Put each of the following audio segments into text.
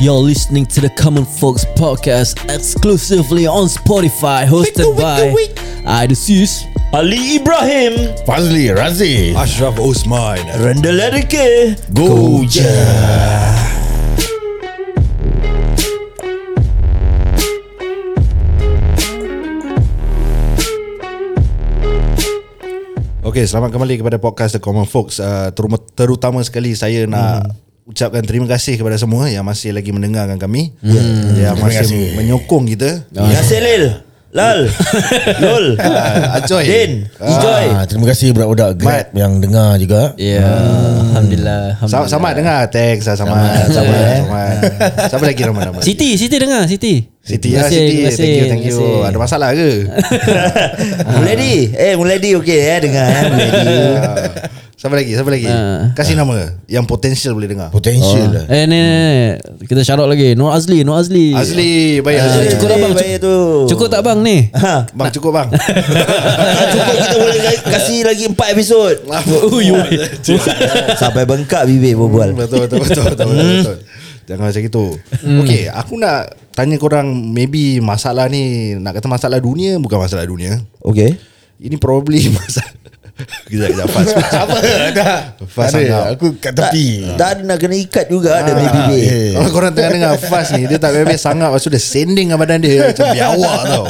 You're listening to the Common Folks podcast exclusively on Spotify, hosted Wicka, wicka, by wick. Idisius. Ali Ibrahim Fazli Razi Ashraf Osman Randall Erike Go je Okay selamat kembali kepada podcast The Common Folks uh, terum- Terutama sekali saya nak Mm-hmm. Ucapkan terima kasih kepada semua Yang masih lagi mendengarkan kami Mm-hmm. hmm. Yang masih kasih. menyokong Ah. kita Nasir Lil Lal Lol Ah, Acoy Din Ijoy ah, Terima kasih budak-budak Grab Yang dengar juga Ya, alhamdulillah. Ah. alhamdulillah. eh. sama, sama dengar Thanks ah, sama Sama Sama Siapa lagi nama-nama Siti, Siti dengar, Siti. Siti ya Siti Thank you thank you Ada masalah ke Mulai di Eh mulai di okey eh Dengar eh Mulai di Ah. Siapa lagi? Siapa lagi? Ah. Kasih nama yang potensial boleh dengar. Oh. Potential lah Eh ni, ni, ni. kita shout out lagi Nur Azli Nur Azli Azli, baik Ah, Azli. cukup dah bang Baik tu Cukup tak bang ni Ha. Bang cukup bang. Tak cukup kita boleh ka- kasih lagi 4 episod Sampai bengkak bibir berbual Hmm, betul betul betul betul. betul, betul. Jangan macam itu. Okay, aku nak tanya korang maybe masalah ni nak kata masalah dunia bukan masalah dunia. Okay Ini probably masalah Kejap kejap fast. Apa dah Ada, Fast sangat. Aku kat tepi Tak ada nak kena ikat juga Ada bibir eh. Kalau korang tengah dengar Fast ni Dia tak bebek sangat Lepas tu dia sending dengan badan dia Macam biawak tau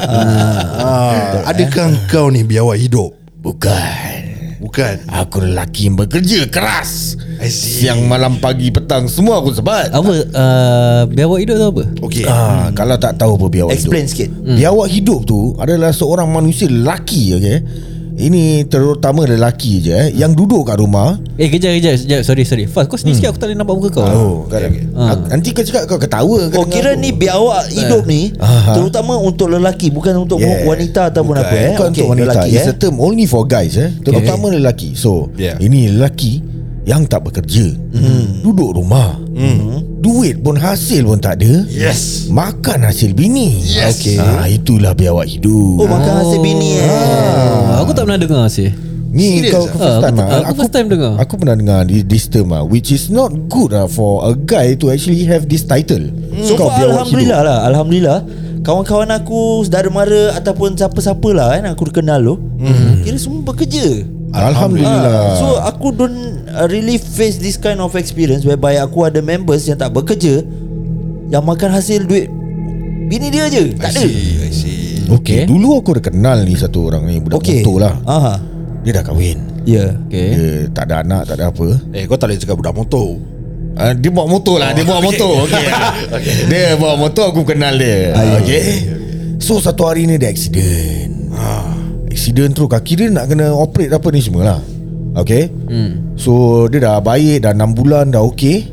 ah, Adakah kau ni biawak hidup? Bukan Bukan Aku lelaki yang bekerja keras I see. Siang malam pagi petang Semua aku sebat Apa uh, Biawak hidup tu apa Okay ah, Kalau tak tahu apa biawak Explain hidup sikit hmm. Biawak hidup tu Adalah seorang manusia lelaki okay? Ini terutama lelaki je eh, Yang duduk kat rumah Eh kejap kejap, kejap. Sorry sorry Fast kau Hmm. sini sikit aku tak boleh nampak muka kau Oh, okay, okay. Nanti kau cakap kau ketawa kau Oh dengar kira aku. ni biawak hidup Eh. ni Aha. Terutama untuk lelaki Bukan untuk Yeah. wanita ataupun bukan, apa eh Bukan Okey, untuk wanita lelaki, lelaki, It's a term only for guys eh Terutama lelaki So Yeah. Ini lelaki Yang tak bekerja Duduk rumah Duit pun hasil pun tak ada Yes Makan hasil bini yes. okay. ha, Itulah biawak hidup Oh makan hasil bini eh Ah, Aku tak pernah dengar sih Ni serious kau ah? first Ah, time aku- ah. aku first time dengar. Aku pernah dengar di- this term ah, Which is not good ah For a guy to actually have this title So far Hmm. Alhamdulillah lah Alhamdulillah Kawan-kawan aku Saudara mara Ataupun siapa-siapa lah kan Aku kenal tu Kira semua bekerja Hmm. Alhamdulillah Ah, So aku don't uh, Really face this kind of experience Whereby aku ada members Yang tak bekerja Yang makan hasil duit Bini dia je Tak ada I see okay. Dulu aku dah kenal ni satu orang ni Budak okay. Okay motor lah Aha. Dia dah kahwin Ya yeah. Okay Dia tak ada anak Tak ada apa Eh kau tak boleh cakap budak motor uh, Dia bawa motor lah Dia bawa motor okay. ah. okay. Dia bawa motor Aku kenal dia Ah, okay. So satu hari ni dia accident Accident terus Kaki dia nak kena operate apa ni semua lah Okay hmm. So dia dah baik Dah 6 bulan Dah okay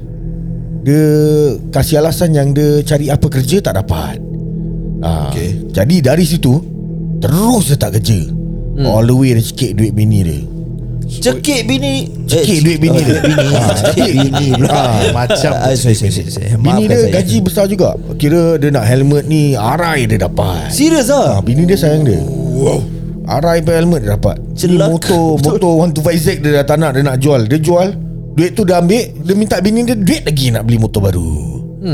Dia Kasih alasan yang dia Cari apa kerja tak dapat Ah, Okay. Jadi dari situ Terus dia tak kerja All the way dia cekik duit bini dia Cekik bini Eh, Cekik duit bini dia. Cekik bini Ah, Cekik bini pula ah, Macam Ah, sorry, sorry, sorry, sorry. Bini Maafkan dia saya. gaji besar juga Kira dia nak helmet ni Arai dia dapat Serius ah, lah Bini dia sayang dia Wow Arai pun helmet dia dapat Ni Celaka, motor betul. Motor 125Z dia dah tak nak Dia nak jual Dia jual Duit tu dia ambil Dia minta bini dia duit lagi Nak beli motor baru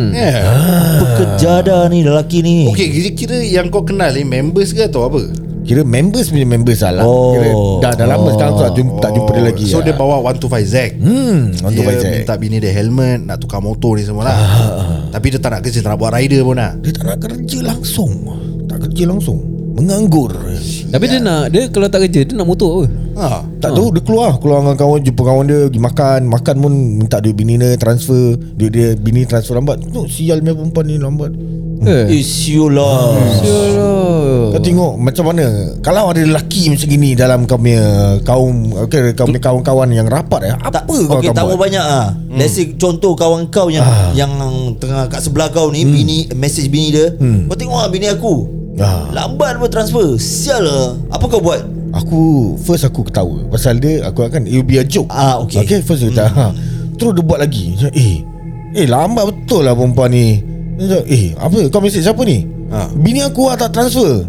yeah. Pekerja dah ni lelaki Eh. ni Okay kira-kira yang kau kenal ni Members ke atau apa? Kira members punya members lah lah Oh. Kira dah, dah lama Oh. sekarang tu tak jumpa, tak jumpa dia lagi So lah. dia bawa 125 Zack Hmm, Dia 125Z. minta bini dia helmet Nak tukar motor ni semua lah Tapi dia tak nak kerja Tak nak buat rider pun lah Dia tak nak kerja langsung Tak kerja langsung Menganggur Tapi Ya. dia nak Dia kalau tak kerja Dia nak motor apa ha. Tak tahu dia keluar Keluar dengan kawan Jumpa kawan dia Pergi makan Makan pun minta duit bini dia Transfer Duit dia bini transfer lambat Tengok sial punya perempuan ni lambat Eh Isu lah Hmm. Sialah. Kau tengok macam mana Kalau ada lelaki macam gini Dalam kau punya Kaum okay, Kau punya kawan-kawan yang rapat eh, Apa Tak, kau akan okay, tak mau buat banyak ah. Hmm. Let's say contoh kawan kau yang yang tengah kat sebelah kau ni bini message bini dia. Kau tengok ah bini aku. Ah. Lambat pun transfer. Sial lah. Apa kau buat? Aku First aku ketawa Pasal dia Aku akan It'll be a joke Ah, okay. Okay first kita ha. Terus dia buat lagi Macam, Eh Eh lambat betul lah perempuan ni Dia cakap, Eh apa kau mesej siapa ni Ah. Ha. Bini aku lah tak transfer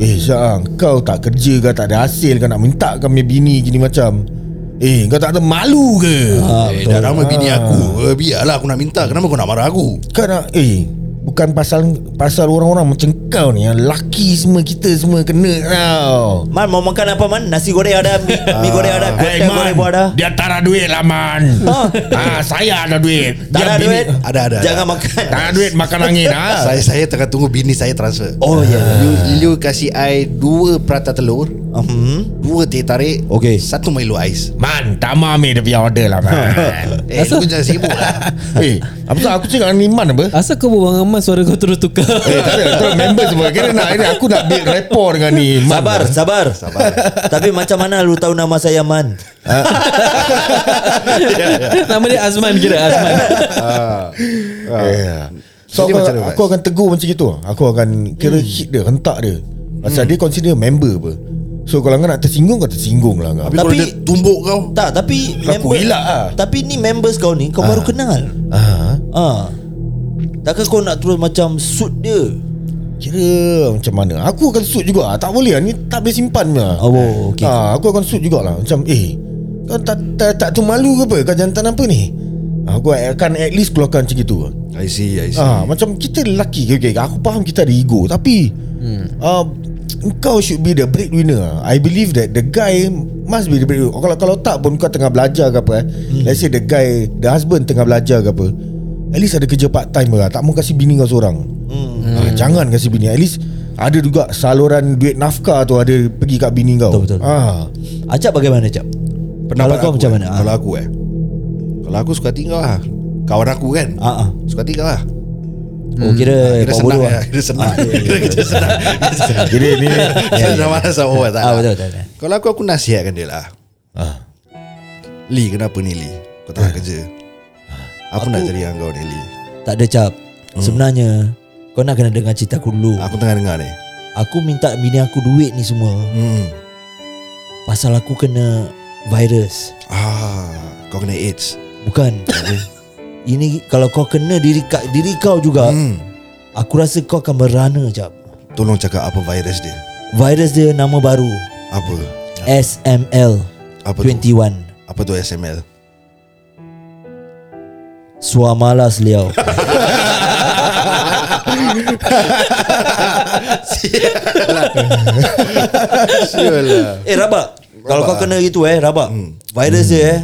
Eh Syah Kau tak kerja ke Tak ada hasil ke Nak minta kami bini Gini macam Eh kau tak ada malu ke ha. Ah, Eh, dah lama bini aku eh, Biarlah aku nak minta Kenapa kau nak marah aku Kau nak Eh Bukan pasal Pasal orang-orang macam kau ni Yang laki semua Kita semua kena tau Man mau makan apa man? Nasi goreng ada, mi, mi goreng ada, Hey, kuih goreng pun ada. Eh, Dia tak ada duit lah Man ha, Saya ada duit Tak Dia ada bini- duit. Ada, ada, ada. Jangan makan. Tak ada duit makan angin ha? Ah, Saya saya tengah tunggu bini saya transfer Oh ya. Yeah. You, you kasih I Dua prata telur Hmm. Dua teh tarik Okey. Satu Milo ais Man Tak mahu ambil dia punya order lah Man Eh lu jangan sibuk lah Eh Apa tu aku cakap dengan Iman apa Asal kau berbual dengan Mas Suara kau terus tukar Eh tak ada Terus member semua Kira nak ini Aku nak build rapport dengan ni Iman Eh. Sabar, sabar. Sabar. Tapi macam mana lu tahu nama saya man? Ya, Nama dia Azman kira Azman Yeah. So aku, Jadi macam mana, aku Bas? akan tegur macam itu Aku akan Kira hit dia Hentak dia Pasal dia consider member apa So kalau kau nak tersinggung Kau tersinggung lah kau Tapi kalau Tapi- dia tumbuk kau Tak, tapi Aku elak lah. Tapi ni members kau ni kau baru kenal. ah, Ah. Takkan kau nak terus macam suit dia? Kira macam mana Aku akan suit juga Tak boleh lah Ni tak boleh simpan lah Oh, okey. ah, Aku akan suit jugalah Macam eh Kau tak, tak, tak tu malu ke apa Kau jantan apa ni Ha, Aku akan at least keluarkan macam itu I see I see Ah, macam kita lelaki okay, okay, Aku faham kita ada ego Tapi hmm. uh, Kau should be the breadwinner I believe that The guy Must be the breadwinner Kalau kalau tak pun Kau tengah belajar ke apa eh? hmm. Let's say the guy The husband tengah belajar ke apa At least ada kerja part time lah Tak mau kasih bini kau seorang hmm. ah, Jangan kasih bini At least Ada juga saluran duit nafkah tu Ada pergi kat bini kau Betul, betul. Ah. Acap bagaimana Acap? Pendapat Kalau kau aku, macam eh. mana? Ah. Kalau aku eh Kalau aku suka hati kau lah Kawan aku kan Ah, ah. Suka hati kau lah Oh kira Kira kau senang bodoh lah ah. Kira senang Kira kerja senang Jadi ni Saya dah malas sama orang tak Ya, Ah betul betul. betul. Kalau aku aku nasihatkan dia lah ah. Lee kenapa ni Lee Kau Eh. tak nak kerja Ah. Aku nak jadi dengan kau ni Lee Tak ada cap. Sebenarnya kau nak kena dengar cerita aku dulu. Aku tengah dengar ni Aku minta bini aku duit ni semua Hmm pasal aku kena virus. Ah, kau kena AIDS. Bukan. Ini kalau kau kena diri ka, diri kau juga, Hmm. aku rasa kau akan merana cap. Tolong cakap apa virus dia. Virus dia nama baru Apa? SML Ya. Apa tu? 21. Apa tu SML? Suamalas liau. Sure lah. Eh rabak Kalau kau kena gitu eh Rabak Hmm. Virus dia eh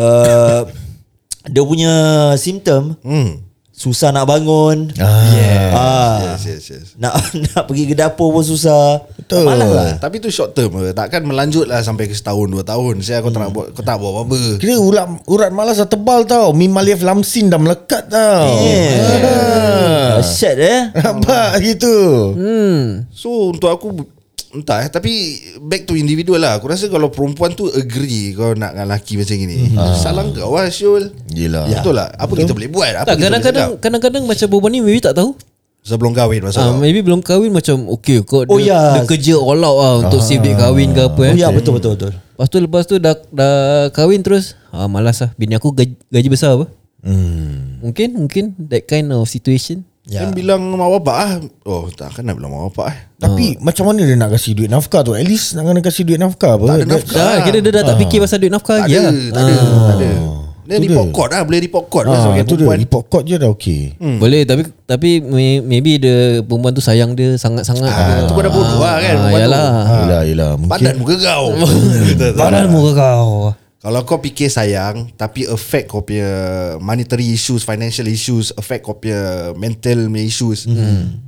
uh, Dia punya symptom Hmm. Susah nak bangun Yes. Ah. Yes, yes, yes. Nak nak pergi ke dapur pun Eh. susah Betul Malas lah Tapi tu short term eh. Takkan melanjut lah Sampai ke setahun Dua tahun Saya kau tak Hmm. nak buat Kau tak buat apa-apa Kira urat, urat malas dah tebal tau Mimalif lamsin dah melekat tau Yeah. Ah. Shit eh Apa gitu So untuk aku Entah eh Tapi Back to individual lah Aku rasa kalau perempuan tu Agree Kau nak dengan lelaki macam ni Salah kau lah Syul Hmm. Ah. Yelah. Betul lah Apa kita boleh buat Apa Tak kita boleh kadang-kadang cakap? Kadang-kadang macam berbual ni Maybe tak tahu Sebelum kahwin masa Ah, kau. maybe belum kahwin macam Okay kau Oh, dia, ya. dia kerja all out lah Untuk Ah. save duit kahwin ke apa eh. Oh ya betul betul betul Lepas tu lepas tu dah, dah kahwin terus ah, Malas lah Bini aku gaji, gaji besar apa hmm. Mungkin Mungkin That kind of situation Ya. Kan bilang mak bapak ah. Oh takkan nak bilang mak bapak eh. Tapi macam mana dia nak kasi duit nafkah tu At least nak kena kasi duit nafkah apa Tak Eh, ada Dia- nafkah. Dah kira dia dah tak fikir pasal duit nafkah Ah. Tak lagi ada, lah tak ada, tak ada. Dia report court lah, boleh report court lah Ah, sebagai tu dia perempuan. report card je dah okey. Hmm. Boleh tapi tapi may- maybe the perempuan tu sayang dia sangat-sangat. Ah, tu kau dah bodoh lah kan, perempuan tu. Yalah. Ah, Yelah yelah mungkin Badan muka kau. Badan muka kau. Kalau kau fikir sayang tapi affect kau punya monetary issues, financial issues, affect kau punya mental punya issues.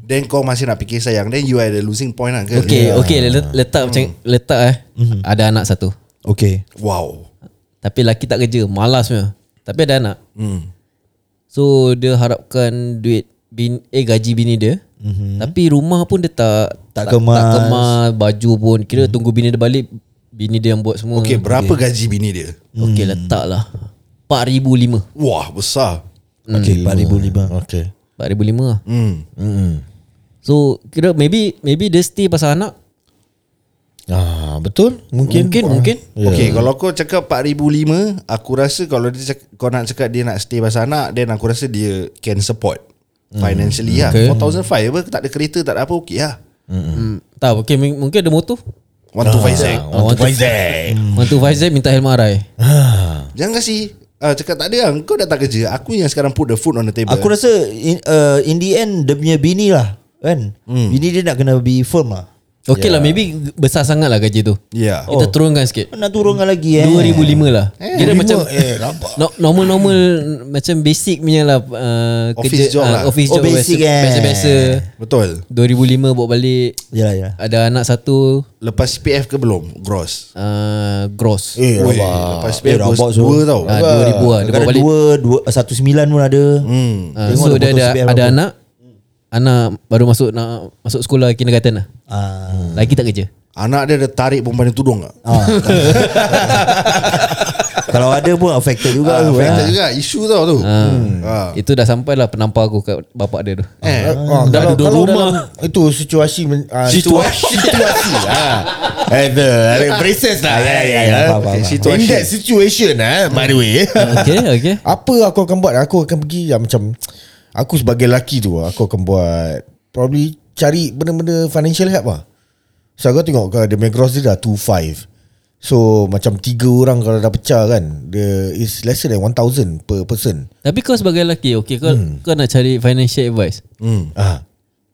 Then kau masih nak fikir sayang, then you are the losing point lah. girl. Okay, yeah. okay let- letak Hmm. macam letak eh. Ada anak satu. Okay Wow. Tapi lelaki tak kerja, malas punya. Tapi ada anak. Hmm. So dia harapkan duit bin, eh gaji bini dia. Hmm. Mm-hmm. Tapi rumah pun dia tak Tak tak kemas. kemas baju pun. Kira mm. Hmm. tunggu bini dia balik, bini dia yang buat semua. Okay, berapa gaji bini dia? Okay, Hmm. letaklah 4005. Wah, besar. Okay Hmm. 4005 Okey. 4005 lah. Hmm. Hmm. So kira maybe maybe dia stay pasal anak. Ah, betul? Mungkin Ah. Ya. Mungkin mungkin. Yeah. Okay, kalau kau cakap 4005, aku rasa kalau dia cak, kau nak cakap dia nak stay pasal anak, then aku rasa dia can support financially Okay. lah. 4005 apa tak ada kereta, tak ada apa okey lah. Mm. Hmm. Tak okay mungkin ada motor. One two five Z Ah, one two- Untuk Faizal One two five Z minta helm arai Jangan kasi ah, Cakap tak ada lah Kau datang kerja Aku yang sekarang put the food on the table Aku rasa in, uh, in the end dia punya bini lah kan. Hmm. Bini dia nak kena be firm lah. Okay lah maybe besar sangat lah gaji tu Ya yeah. Kita turunkan sikit Nak turunkan lagi eh. 2005 lah Kira lima, macam eh, rabak. no- Normal-normal Macam basic punya lah uh, Office job ah, lah. Office Oh, job basic eh. Biasa-biasa Betul 2005 bawa balik Yalah yalah. Ada anak satu Lepas CPF ke belum? Gross uh, Gross Eh Oi, rabak Lepas Eh, CPF gross rabak, so. dua tau Ah, 2000 lah Dia bawa Kadang-kadang balik dua, dua, uh, satu sembilan pun ada. Hmm. Ah, So dia ada, ada anak Anak baru masuk nak masuk sekolah kindergarten lah Ah. Lagi tak kerja Anak dia ada tarik perempuan yang tudung tak? Ah. Kalau ada pun affected juga Ah, tu affected eh. juga Isu tau tu hmm. ah. Itu dah sampai lah penampar aku kat bapak dia tu Eh, Ah, dah kalau duduk kalau rumah. rumah itu situasi men- ah, Situasi. situasi ah. Eh the braces lah. Ya ya ya. faham, faham, faham. Situation. In that situation ah, by the way. Okay okay Apa aku akan buat? Aku akan pergi yang macam aku sebagai lelaki tu aku akan buat probably cari benda-benda financial help lah. So aku tengok ke dia punya gross dia dah 25. So macam tiga orang kalau dah pecah kan dia is lesser than 1000 per person. Tapi kau sebagai lelaki Okay kau, hmm. kau nak cari financial advice hmm. Ah.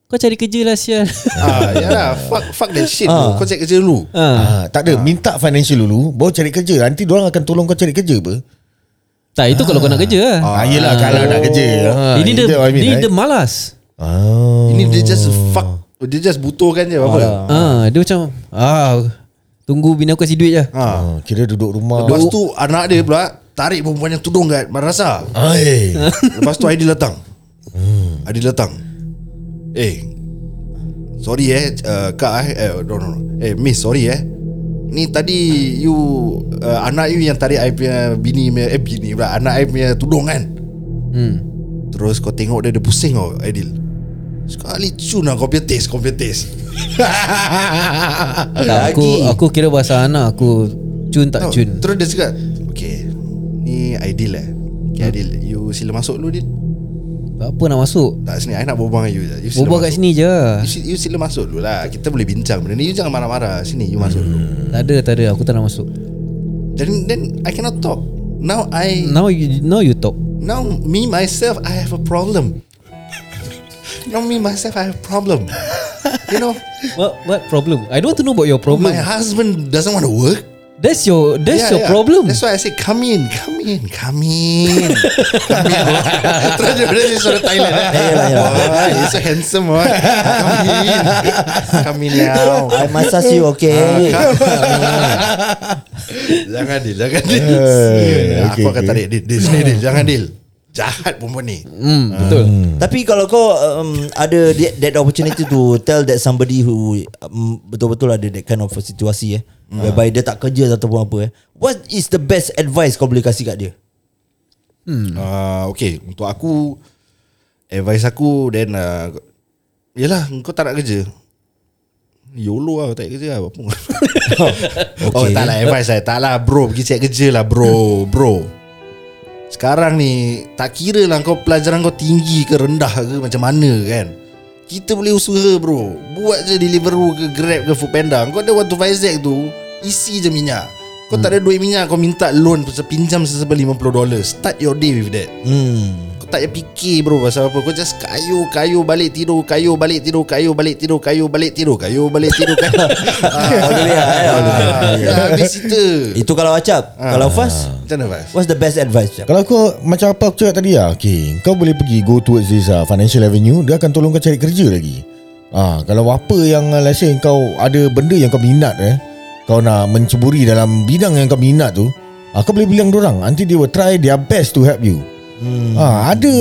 Kau cari kerja lah sial ah, Yalah fuck, fuck that shit ah. Kau cek kerja dulu ha. Ah, tak ada minta financial dulu baru cari kerja. Nanti dia orang akan tolong kau cari kerja apa? Tak itu kalau kau nak kerja lah Ah, yelah kalau nak kerja. Ah, Ini dia that what I mean, Ini right? dia malas Ah. Ini dia just fuck Dia just butuhkan je apa ah. Ah, Dia macam ah, Tunggu bini aku kasi duit je ah. Ah, kira duduk rumah. Lepas tu anak dia pula Tarik perempuan yang tudung kat madrasah Ai. Lepas tu Aidil datang hmm. Aidil datang Eh Sorry eh uh, Kak eh, eh No no no Eh miss sorry eh Ni tadi You uh, Anak you yang tarik I punya Bini punya Eh bini pula Anak I punya tudung kan hmm. Terus kau tengok dia Dia pusing kau Aidil Sekali cun lah Kau punya taste Kau punya taste Eh, tak, aku, aku kira bahasa anak Aku Cun tak cun Terus dia cakap Okay Ni Aidil eh Hmm. Okay Aidil You sila masuk dulu Aidil Apa nak masuk Tak sini I nak berbual dengan you je. You sila Berbual masuk. kat sini je lah. You, si- you sila masuk dulu lah Kita boleh bincang benda ni You jangan marah-marah Sini you masuk dulu Tak ada tak ada Aku tak nak masuk Then then I cannot talk Now I Now you, now you talk Now me myself I have a problem Now me myself I have a problem You know What, what problem I don't want to know about your problem My husband doesn't want to work That's your That's your problem That's why I say Come in Come in Come in Come in Terus dia berada di suara Thailand yalah, yalah. Wah, He's so handsome boy. Come in Come in now I massage you okay. Jangan deal Jangan deal Aku okay, akan okay. tarik deal Deal sini deal Jangan deal Jahat perempuan ni hmm, Betul Mm. Tapi kalau kau um, ada that, that opportunity to tell that somebody who um, betul-betul ada that kind of situasi eh, hmm. whereby dia tak kerja ataupun apa eh, what is the best advice kau boleh kasih kat dia? Ah, Okay Untuk aku Advice aku Then uh, Yelah Kau tak nak kerja YOLO lah kau Tak nak kerja lah Apa pun Oh tak lah advice lah Tak lah bro Pergi cek kerja lah bro Bro Sekarang ni Tak kira lah kau Pelajaran kau tinggi ke rendah ke Macam mana kan Kita boleh usaha bro Buat je Deliveroo ke Grab ke Foodpanda Kau ada 125Z tu Isi je minyak Kau tak ada duit minyak Kau minta loan Pinjam sesebab 50 dolar Start your day with that Hmm. Kau tak payah fikir bro pasal apa Kau just kayu kayu balik tidur Kayu balik tidur Kayu balik tidur Kayu balik tidur Kayu balik tidur kayu. All the way, eh, all the way. Ah, Dah habis cerita Itu kalau acap. Kalau fast, Macam mana Fas? what's the best advice? Acap? Kalau kau macam apa aku cakap tadi lah Okay Kau boleh pergi go towards this uh, financial avenue Dia akan tolong kau cari kerja lagi Ah, Kalau apa yang uh, let's say kau ada benda yang kau minat eh Kau nak menceburi dalam bidang yang kau minat tu ah, Kau boleh bilang orang Nanti they will try their best to help you hmm. ah, Ada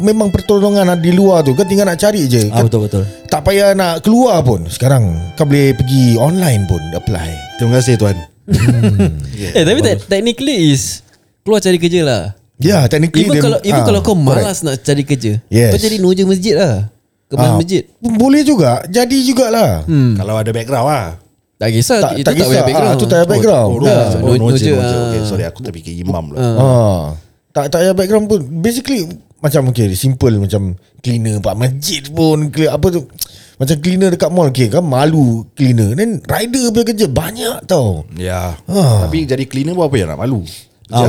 memang pertolongan ada di luar tu Kau tinggal nak cari je Ah kau, betul betul. Tak payah nak keluar pun Sekarang kau boleh pergi online pun apply Terima kasih tuan Eh tapi te- technically is Keluar cari kerja lah Ya yeah, technically Even dia- kalau even ah, kalau kau correct. malas nak cari kerja Yes. Kau jadi noja masjid lah Kemas Ah, masjid Boleh juga Jadi jugalah hmm. Kalau ada background lah Tak kisah Tak- Itu tak tak, kisah. payah background Ah, tu tak payah background. Oh, Dah. no, no, no, Noja, je, no, je. ah. Okay, sorry aku tak fikir imam lah Ah. Tak tak payah background pun. Basically macam okay simple macam cleaner pak masjid pun clear apa tu. Macam cleaner dekat mall okay, kan malu cleaner. Then rider punya kerja banyak tau. Ya Ah. Tapi jadi cleaner pun apa yang nak malu Ah,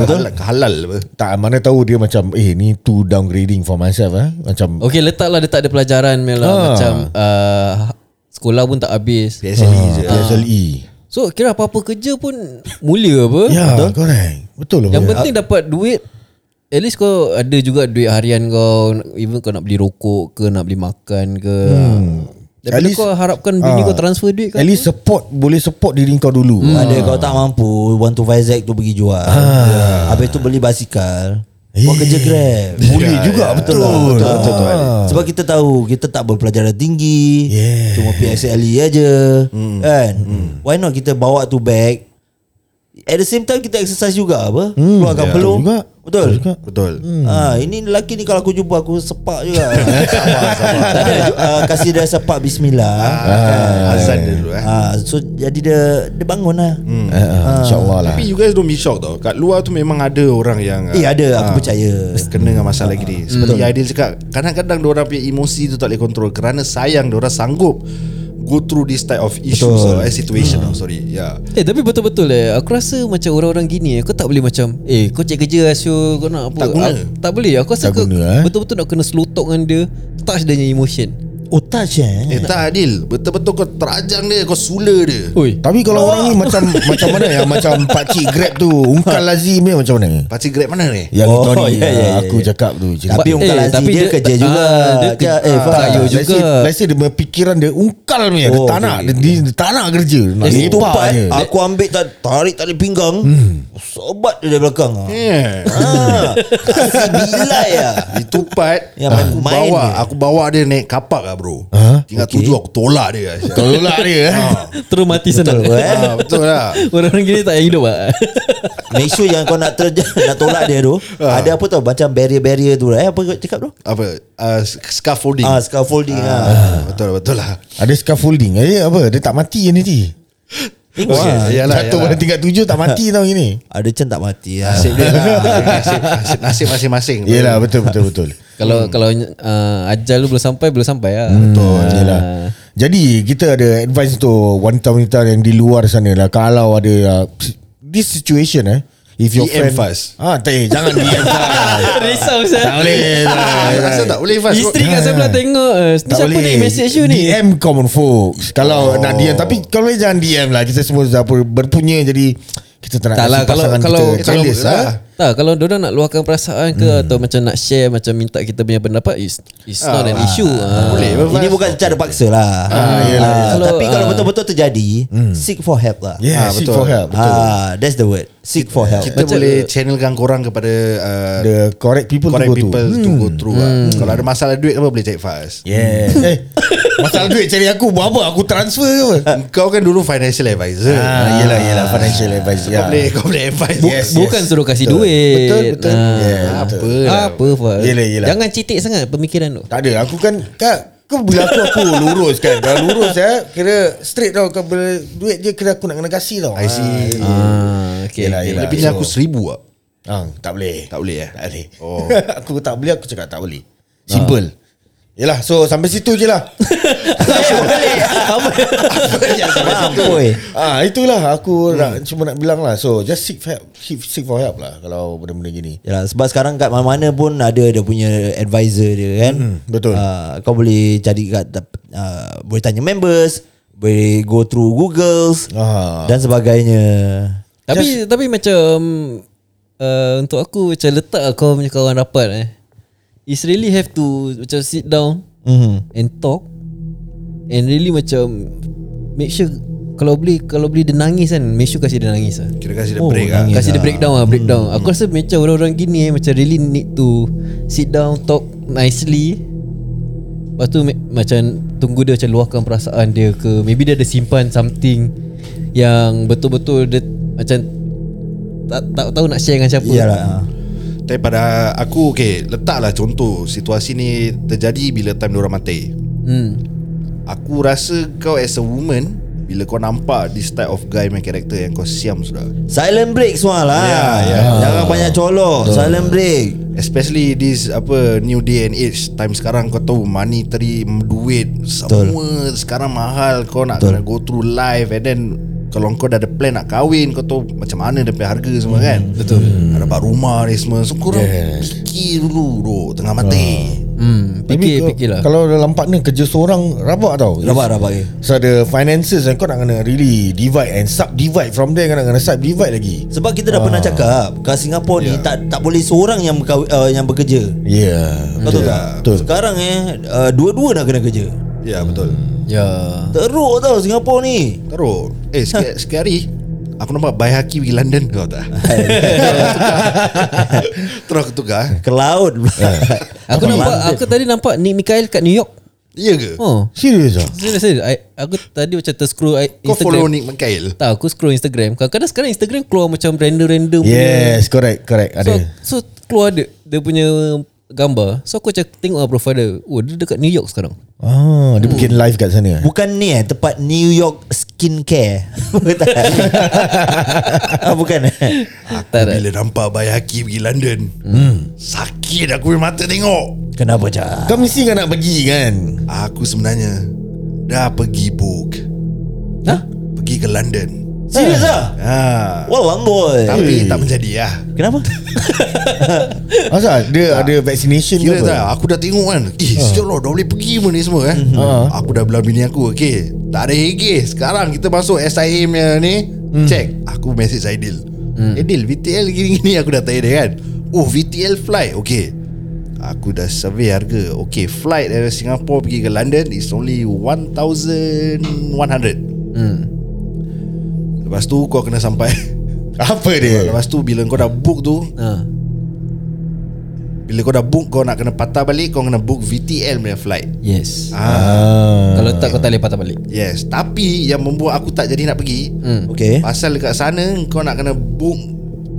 Kerja betul. halal, halal apa Tak mana tahu dia macam eh ni too downgrading for myself eh. Macam Oh. Okay letaklah dia tak ada pelajaran Mela Ah. Macam uh, Sekolah pun tak habis PSLE Ah, je ya. PSLE. So kira apa-apa kerja pun Mulia apa Ya, betul? correct. Betul lah. Eh, Yang Pak. penting dapat duit At least kau ada juga duit harian kau Even kau nak beli rokok ke Nak beli makan ke hmm. At Daripada least- kau harapkan bini ah. kau transfer duit kan? kau At least support Boleh support diri kau dulu Hmm. Ada kau tak mampu One to five Z tu pergi jual ah. Habis tu beli basikal Buat Eh. kerja grab Boleh juga Betul Ya, Betul lah betul, Ah. lah, betul, lah. Sebab kita tahu Kita tak berpelajaran tinggi Yeah. Cuma PSLE E aja mm. Kan mm. Why not kita bawa tu back At the same time Kita exercise juga apa mm. Keluarkan yeah. peluh juga. Betul, juga. Betul Ah, ini lelaki ni kalau aku jumpa aku sepak juga. sabar, sabar. Tak ada, ah, kasih dia sepak bismillah. ah, Azan dia dulu eh Ah, so jadi dia dia bangun lah. Hmm. Ah, ah, InsyaAllah lah Tapi you guys don't be shocked tau Kat luar tu memang ada orang yang Eh ah, ada aku percaya. Kena dengan masalah gini Seperti Aidil cakap Kadang-kadang diorang punya emosi tu tak boleh kontrol Kerana sayang diorang sanggup Go through this type of issues Betul. or, eh, Situation tau, sorry Ya. yeah. Eh tapi betul-betul eh Aku rasa macam orang-orang gini eh Kau tak boleh macam Eh kau cek kerja Asyo Kau nak apa Tak guna. Ah, Tak boleh Aku rasa Tak kau guna, eh. Betul-betul nak kena slow talk dengan dia Touch dia punya emotion Oh touch eh. Eh tak Adil Betul-betul kau terajang dia Kau sula dia Oi Tapi kalau orang ni macam macam mana yang macam pakcik grab tu Ungkal Lazim ni macam mana? Pakcik grab mana ni? Yang Oh, oh, tadi ya, ya, ya, aku ya. cakap tu cakap. Tapi Eh, ungkal eh, tapi dia, dia- kerja ah, juga. dia Dia, kerja- eh, ah, faham. tak, you Let's say, juga. let's say dia punya fikiran dia ungkal punya Dia Oh, tak okay, nak dia, dia, tak nak kerja Nak lepak Dia eh. Ah. setupat Eh, je Aku ambil tak, Tarik tali pinggang Sobat dia dari belakang Ya. ah. Yeah. Ah, Kasih bilai lah Itu part Ya, Aku main bawa dia. Aku bawa dia naik kapak lah bro Ha? Tinggal Okay. tujuh aku tolak dia Aisyah. Tolak dia eh. Terus mati senang Betul eh? ha, Betul lah Orang-orang gini tak payah hidup lah Make sure yang kau nak terjah Nak tolak dia tu Ada apa tau Macam barrier-barrier tu lah. Eh apa kau cakap tu Apa uh, Scaffolding Ah scaffolding ah. Ah, Betul betul lah Ada scaffolding eh, apa Dia tak mati ni nanti Oh, Wah, ya, lah, yalah, Jatuh yalah. pada tingkat tujuh tak mati tau gini Ada cen tak mati lah Nasib dia lah Nasib- nasib- Nasib masing-masing Yelah betul betul betul Kalau kalau uh, ajal lu belum sampai Belum sampai lah Hmm. Betul Yelah Jadi kita ada advice untuk wanita-wanita yang di luar sana lah Kalau ada uh, this situation eh If your friend DM fast. Ah, tak, eh, jangan DM fast. Risau tak saya boleh. tak Ah, boleh, Rasa tak tak boleh fast Isteri kat sebelah tengok eh, Ni tak siapa boleh. ni message you ni Oh. DM common folks Kalau nak DM Tapi kalau boleh jangan DM lah Kita semua dah ber- berpunya Jadi Kita tak nak Tak lah, kasi kalau- pasangan kalau- kita kalau- careless Hmm. lah. lah Tak kalau diorang nak luahkan perasaan ke Atau macam nak share Macam minta kita punya pendapat It's, it's not an issue Ah. Boleh Ah, Ini bukan cara paksa lah ah, yelah, yelah. Tapi kalau Ah. betul-betul terjadi Seek for help lah Yeah Ah, seek betul. for help betul. Ah, That's the word Seek for help Kita boleh channelkan korang kepada uh, The correct people Correct to go Hmm. people to to go through lah. Kalau ada masalah duit apa boleh cek fast Yeah eh, Masalah duit cari aku Buat apa aku transfer ke apa Kau kan dulu financial advisor Ah, yelah yelah financial advice. ya. Kau boleh Kau boleh advise Yes, yes. Bukan suruh kasih Betul. duit Betul betul. Ah. Yeah, betul. Apa lah Apa Fah? Yelah, yelah. Jangan citik sangat pemikiran tu Tak ada aku kan kak kau bila aku aku lurus kan. Kalau lurus eh kira straight tau kau bila duit je kira aku nak kena kasih tau. I see Ah, okay. Yelah, yelah. Dia pinjam Eh, aku seribu lah Ah, tak boleh. Tak boleh eh Tak boleh. Oh. Ah. aku tak boleh aku cakap tak boleh. Simple. Yelah so sampai situ je lah Mampoi ah, Itulah Hmm. aku nak, cuma nak bilang lah So just seek for help Seek seek for help lah Kalau benda-benda gini Yalah, sebab sekarang kat mana-mana pun ada dia punya advisor dia kan. Mm, Hmm, betul. Uh, kau boleh cari kat uh, boleh tanya members, boleh go through Googles Ah. dan sebagainya. Tapi tapi macam uh, untuk aku macam letak kau punya kawan rapat eh. Is really have to macam sit down Mhm. Hmm. and talk and really macam make sure kalau boleh kalau boleh dia nangis kan make sure kasih dia nangis lah. Kira kasih dia Oh, break lah nangis. Kasih dia breakdown lah breakdown. Aku rasa macam orang-orang gini eh macam really need to sit down talk nicely. Lepas tu ma- macam tunggu dia macam luahkan perasaan dia ke maybe dia ada simpan something yang betul-betul dia macam tak, tak tahu nak share dengan siapa. Iyalah. ah. Tapi pada aku okay, Letaklah contoh Situasi ni terjadi bila time diorang mati Hmm. Aku rasa kau as a woman Bila kau nampak this type of guy main character Yang kau siam sudah Silent break semua lah. Ya, ya. Jangan banyak colok. Silent break. Especially this apa new day and age time sekarang kau tahu monetary duit semua sekarang mahal kau nak kena go through life and then kalau kau dah ada plan nak kahwin kau tahu macam mana dia punya harga semua kan betul nak dapat rumah ni semua so korang yeah. fikir dulu bro tengah mati Hmm, fikir kalau- fikirlah. Kalau dalam partner kerja seorang Rabak tau Rabak, rabak, ya. So the finances Kau nak kena really Divide and sub-divide From there kau nak kena sub-divide lagi Sebab kita Ah. dah pernah cakap kat Singapura Ya. yeah. ni tak tak boleh seorang yang berkaw, uh, yang bekerja. Yeah Kau tahu tak? Ya, Betul Sekarang eh uh, dua-dua nak kena kerja. ya yeah, betul Ya. Teruk tau Singapura ni. teruk eh sekali, sekali hari aku nampak Bai Haki pergi London kau tak terus aku tukar Ke laut. Aku nampak aku tadi nampak Nick Mikael kat New York. iya ke Oh. Serius lah Serius serius. I, aku tadi macam terscroll I- kau Instagram. follow Nick Mikael Tak, aku scroll Instagram. Kadang-kadang sekarang Instagram keluar macam random-random Yes correct correct punya. So, Ada so keluar dia, dia punya gambar. So aku macam tengok lah profile dia. Oh, dia dekat New York sekarang. Ah, Dia bikin live kat sana Bukan ni eh tempat New York skincare. Bukan. ah, bukan. eh? Aku Tak, tak. bila nampak Bai Haki pergi London hmm. Sakit aku punya mata tengok Kenapa cak? Kau mesti kan nak pergi kan Aku sebenarnya Dah pergi book Hah? Pergi ke London Serius ah? ha. Walang boy. Tapi tak menjadi lah Kenapa? Asal dia ada vaccination Kira ke tak apa Aku dah tengok kan Eh ha. sejak dah boleh pergi pun ni semua eh ha. Aku dah bilang bini aku Okay Tak ada hege Sekarang kita masuk SIA punya ni Check Aku message Aidil hmm. Aidil VTL gini-gini Aku dah tanya dia kan Oh VTL flight Okay Aku dah survey harga Okay flight dari Singapore pergi ke London Is only 1100 Hmm. Lepas tu kau kena sampai Apa dia Lepas tu bila kau dah book tu Ha. Bila kau dah book Kau nak kena patah balik Kau kena book VTL punya flight Yes. Ah, Ah, Kalau tak kau tak boleh patah balik. Yes Tapi yang membuat aku tak jadi nak pergi Hmm. Okey. Pasal dekat sana Kau nak kena book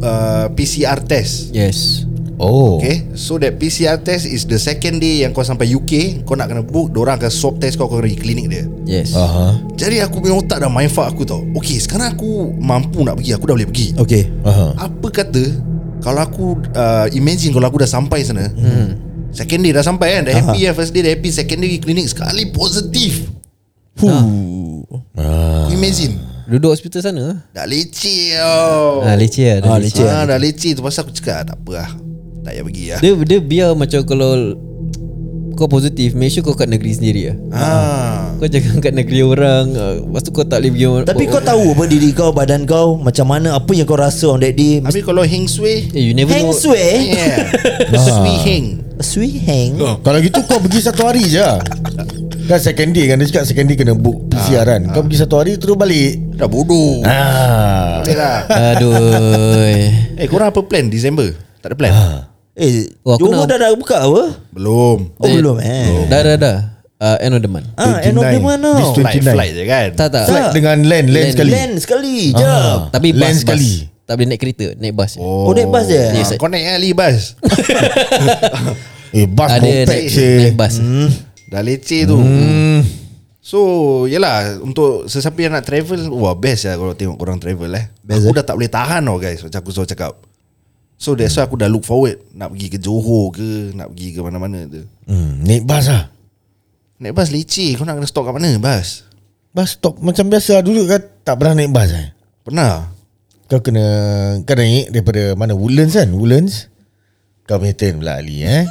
uh, PCR test Yes. Oh Okay So that PCR test Is the second day Yang kau sampai UK Kau nak kena book Diorang akan swab test kau Kau pergi klinik dia Yes. Aha Jadi aku punya otak dah mindfuck aku tau Okay sekarang aku Mampu nak pergi Aku dah boleh pergi Okey. Aha Apa kata Kalau aku uh, Imagine kalau aku dah sampai sana hmm. Second day dah sampai kan Dah happy kan First day dah happy Second day pergi klinik Sekali positif Huh. Imagine Duduk hospital sana. Dah leceh tau Ha, leceh lah. dah Ah, leceh. leceh. ah, Dah leceh tu pasal aku cakap Tak apa lah Tak payah pergi lah Dia dia biar macam kalau kau positif, make sure kau kat negeri sendiri lah. ah. Kau jangan kat negeri orang uh, Lepas tu kau tak boleh pergi orang- Tapi kau tahu apa diri kau, badan kau, macam mana apa yang kau rasa on that day. Habis kalau heng Eh sui Ah. you never Hang know sui. Yeah Sui heng Sui hang. Kalau gitu kau pergi satu hari je lah. Kan second day kan Dia cakap second day kena book PCR kan Kau pergi satu hari terus balik Dah bodoh Ah, Boleh lah Aduh Eh korang apa plan December? Tak ada plan? Eh, Oh, oh, aku Johor nak- dah dah buka apa? Belum Oh, belum eh. Dah dah dah uh, End of the month Ah, end of the 29. month now. This Flight 29. flight je kan? Tak tak Flight dengan land Land Land. sekali Land sekali je. Ah. Tapi bus, Land bus sekali. Tak boleh naik kereta Naik bus oh. Oh, naik bus je? Ah, Kau naik Ali bas Eh bus Ada compact naik, je Hmm. naik bus hmm. Dah leceh tu So Yelah Untuk sesiapa yang nak travel Wah best lah Kalau tengok korang travel eh best Aku dah tak boleh tahan tau guys Macam aku selalu cakap So that's why aku dah look forward Nak pergi ke Johor ke Nak pergi ke mana-mana tu hmm, Naik bus lah Naik bas leceh Kau nak kena stop kat mana bas Bus stop macam biasa lah. Dulu kan tak pernah naik bus eh Pernah Kau kena Kau naik daripada mana Woodlands kan Woodlands Kau punya turn pula Ali eh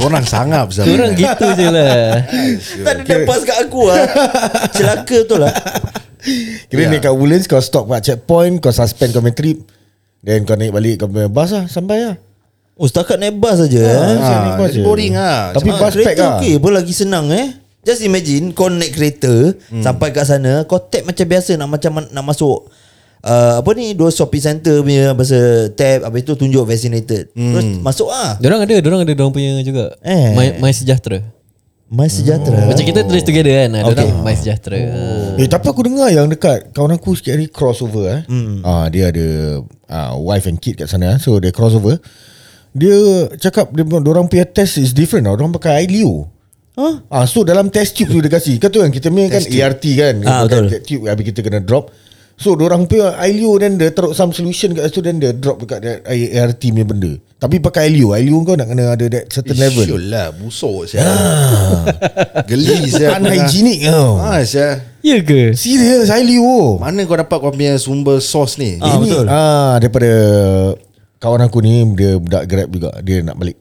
Korang sangap zaman Orang ni. gitu je lah Tak ada lepas kat aku lah. Celaka tu lah. Kira Ya. naik kat Woodlands Kau stop kat checkpoint Kau suspend kau punya trip Then kau naik balik Kau punya bus lah Sampai lah Oh, setakat naik bus saja. eh. Macam naik Ah, bus jadi je. boring lah. Tapi Ah, bus pack kereta lah okey pun lagi senang eh. Just imagine kau naik kereta hmm. sampai kat sana, kau tap macam biasa nak macam nak masuk uh, apa ni dua shopping center punya bahasa tap habis tu tunjuk vaccinated. Hmm. Terus masuk ah. Diorang ada Diorang ada Diorang punya juga Eh. My, my sejahtera My sejahtera. Oh. Macam kita trace together kan Ada okay. My sejahtera oh. Eh tapi aku dengar yang dekat Kawan aku sikit hari crossover eh. Hmm. Ah, dia ada ah, wife and kid kat sana eh. So dia crossover Dia cakap dia, Diorang punya test is different tau Diorang pakai ILEO Huh? Ah, so dalam test tube tu dia kasi Kau tahu kan kita punya kan ART kan Ah, Pakai betul. Test tube habis kita kena drop So orang pay on ILU Then dia taruh some solution kat situ Then dia drop dekat that ART punya benda Tapi pakai ILU ILU kau nak kena ada that certain level Syul lah Busuk saya Geli saya Unhygienic oh. tau Ha saya Ya ke? Serius ILU Mana kau dapat kau punya sumber source ni Ah, Ini betul. ah, Daripada Kawan aku ni Dia budak grab juga Dia nak balik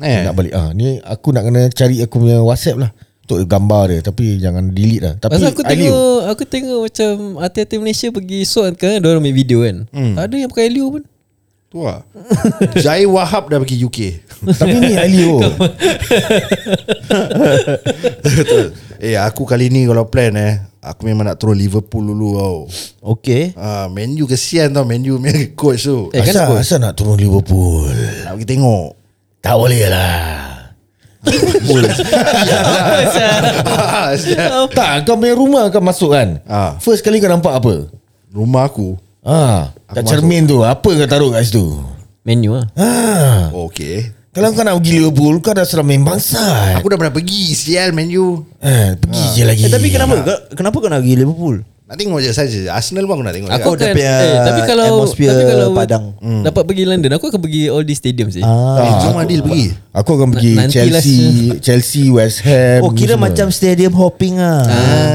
Eh. eh. Nak balik ah, Ni aku nak kena cari aku punya whatsapp lah Untuk gambar dia Tapi jangan delete lah Tapi Pasal aku I tengok Aku tengok macam Hati-hati Malaysia pergi SWAT kan Diorang ambil video kan hmm. Tak ada yang pakai liu pun Tu lah Jai Wahab dah pergi UK live. oh. Tapi ni Alio Betul. Eh aku kali ni kalau plan eh Aku memang nak throw Liverpool dulu tau Okay ah, Man U kesian tau Man U punya coach tu Eh, Asal, kenapa? asal nak turun Liverpool Nak pergi tengok Tak boleh lah Ah, sial. Tak kau punya rumah kau masuk kan Ah. First kali kau nampak apa Rumah aku Ah, kat cermin tu Apa kau taruh kat situ Menu lah ah, Okay Kalau kau nak pergi Liverpool Kau dah serang main bangsa Aku dah pernah pergi Sial Man U eh, Pergi je lagi eh, Tapi kenapa Kau- Kenapa kau nak pergi Liverpool Nak tengok je saja Arsenal pun aku nak tengok Aku- juga. dia eh, punya atmosphere Padang. hmm. Dapat pergi London Aku akan pergi all these stadium sih ah. Eh, ah. Jom Adil pergi Aku akan pergi Nantilah se- Chelsea Chelsea West Ham Oh ni kira semua. macam stadium hopping ah. ah.